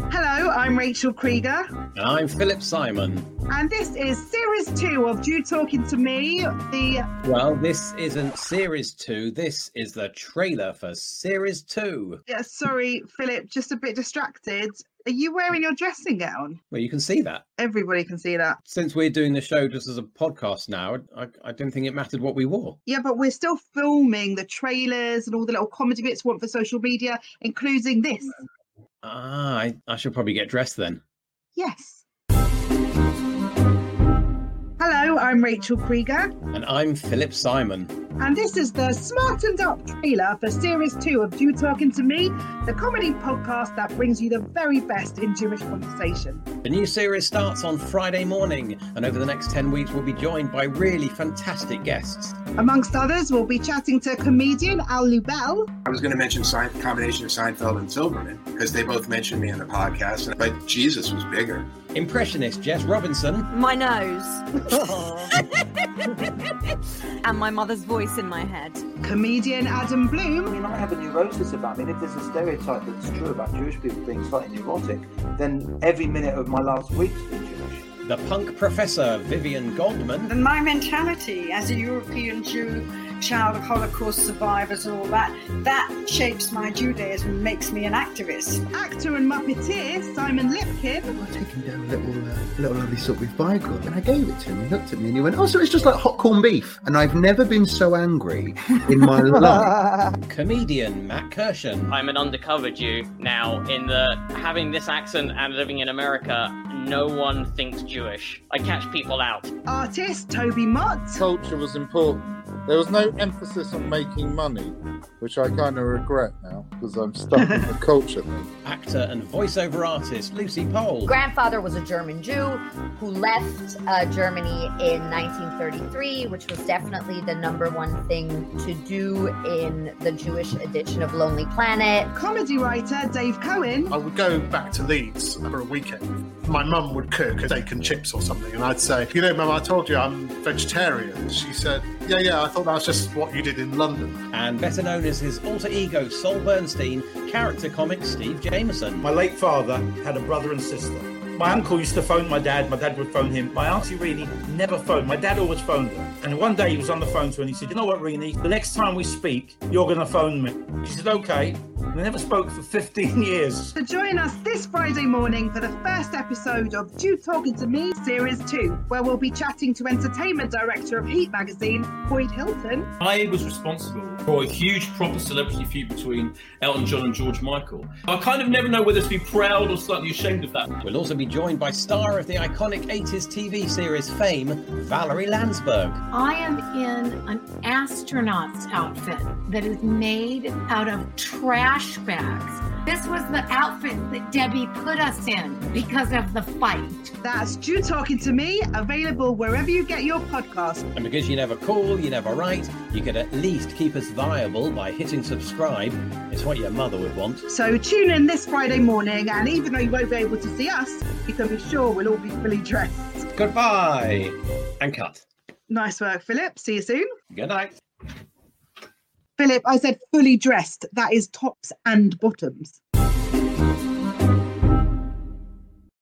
I'm Rachel Krieger. And I'm Philip Simon. And this is series two of You Talking to Me. The Well, this isn't series two. This is the trailer for series two. yeah, uh, sorry, Philip, just a bit distracted. Are you wearing your dressing gown? Well, you can see that. Everybody can see that. Since we're doing the show just as a podcast now, I, I didn't think it mattered what we wore. Yeah, but we're still filming the trailers and all the little comedy bits we want for social media, including this. Ah, I, I should probably get dressed then. Yes. Hello, I'm Rachel Krieger. And I'm Philip Simon. And this is the Smartened Up trailer for series two of You Talking to Me, the comedy podcast that brings you the very best in Jewish conversation. The new series starts on Friday morning, and over the next 10 weeks, we'll be joined by really fantastic guests. Amongst others, we'll be chatting to comedian Al Lubel, I was going to mention Sein- combination of Seinfeld and Silverman because they both mentioned me in the podcast, but Jesus was bigger. Impressionist Jess Robinson. My nose. and my mother's voice in my head. comedian Adam Bloom, You might have a neurosis about me. And if there's a stereotype that's true about Jewish people being slightly neurotic, then every minute of my last week's been Jewish. The punk professor Vivian Goldman. And my mentality as a European Jew, child of Holocaust survivors, and all that, that shapes my Judaism and makes me an activist. actor and Muppeteer Simon Lipkin, I taken down a little, uh, little lovely sort of bygone, and I gave it to him. He looked at me and he went, "Oh, so it's just like hot corned beef." And I've never been so angry in my life. Comedian Matt Kirshen. I'm an undercover Jew now, in that having this accent and living in America, no one thinks Jewish. I catch people out. artist Toby Mott, culture was important. There was no emphasis on making money, which I kind of regret now because I'm stuck in the culture thing. actor and voiceover artist Lucy Pole, grandfather was a German Jew who left uh, Germany in 1933, which was definitely the number one thing to do in the Jewish edition of Lonely Planet. comedy writer Dave Cohen, I would go back to Leeds for a weekend. My mum would cook steak and chips or something, and I'd say, You know, Mum, I told you I'm vegetarian. She said, Yeah, yeah, I thought that was just what you did in London. and better known as his alter ego Sol Bernstein, character comic Steve Jameson. My late father had a brother and sister. My uncle used to phone my dad, my dad would phone him. My auntie Rini never phoned. My dad always phoned her. And one day he was on the phone to her and he said, You know what, Rini? The next time we speak, you're going to phone me. She said, Okay. And they never spoke for 15 years. So join us this Friday morning for the first episode of You Talking to Me Series 2, where we'll be chatting to entertainment director of Heat magazine, Boyd Hilton, I was responsible for a huge proper celebrity feud between Elton John and George Michael. I kind of never know whether to be proud or slightly ashamed of that. We'll also be joined by star of the iconic 80s TV series Fame, Valerie Landsberg. I am in an astronaut's outfit that is made out of trash bags. This was the outfit that Debbie put us in because of the fight. That's You Talking to Me, available wherever you get your podcast. And because you never call, you never write, you could at least keep us viable by hitting subscribe. It's what your mother would want. So tune in this Friday morning, and even though you won't be able to see us, you can be sure we'll all be fully dressed. Goodbye! And cut. Nice work, Philip. See you soon. Good night. Philip, I said fully dressed. That is tops and bottoms.